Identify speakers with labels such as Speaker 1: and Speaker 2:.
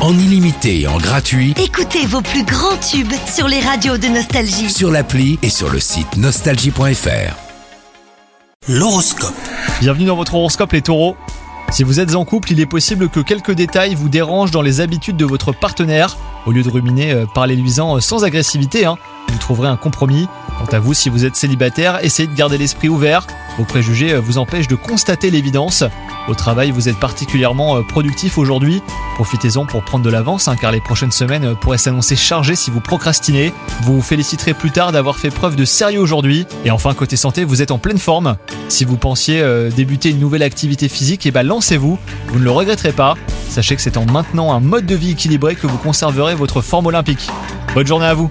Speaker 1: en illimité et en gratuit
Speaker 2: Écoutez vos plus grands tubes sur les radios de Nostalgie.
Speaker 1: sur l'appli et sur le site nostalgie.fr. L'horoscope.
Speaker 3: Bienvenue dans votre horoscope les taureaux. Si vous êtes en couple, il est possible que quelques détails vous dérangent dans les habitudes de votre partenaire. Au lieu de ruminer, euh, parlez-lui-en euh, sans agressivité, hein. vous trouverez un compromis. Quant à vous, si vous êtes célibataire, essayez de garder l'esprit ouvert. Vos préjugés euh, vous empêchent de constater l'évidence. Au travail, vous êtes particulièrement euh, productif aujourd'hui. Profitez-en pour prendre de l'avance, hein, car les prochaines semaines euh, pourraient s'annoncer chargées si vous procrastinez. Vous vous féliciterez plus tard d'avoir fait preuve de sérieux aujourd'hui. Et enfin, côté santé, vous êtes en pleine forme. Si vous pensiez euh, débuter une nouvelle activité physique, et ben lancez-vous, vous ne le regretterez pas. Sachez que c'est en maintenant un mode de vie équilibré que vous conserverez votre forme olympique. Bonne journée à vous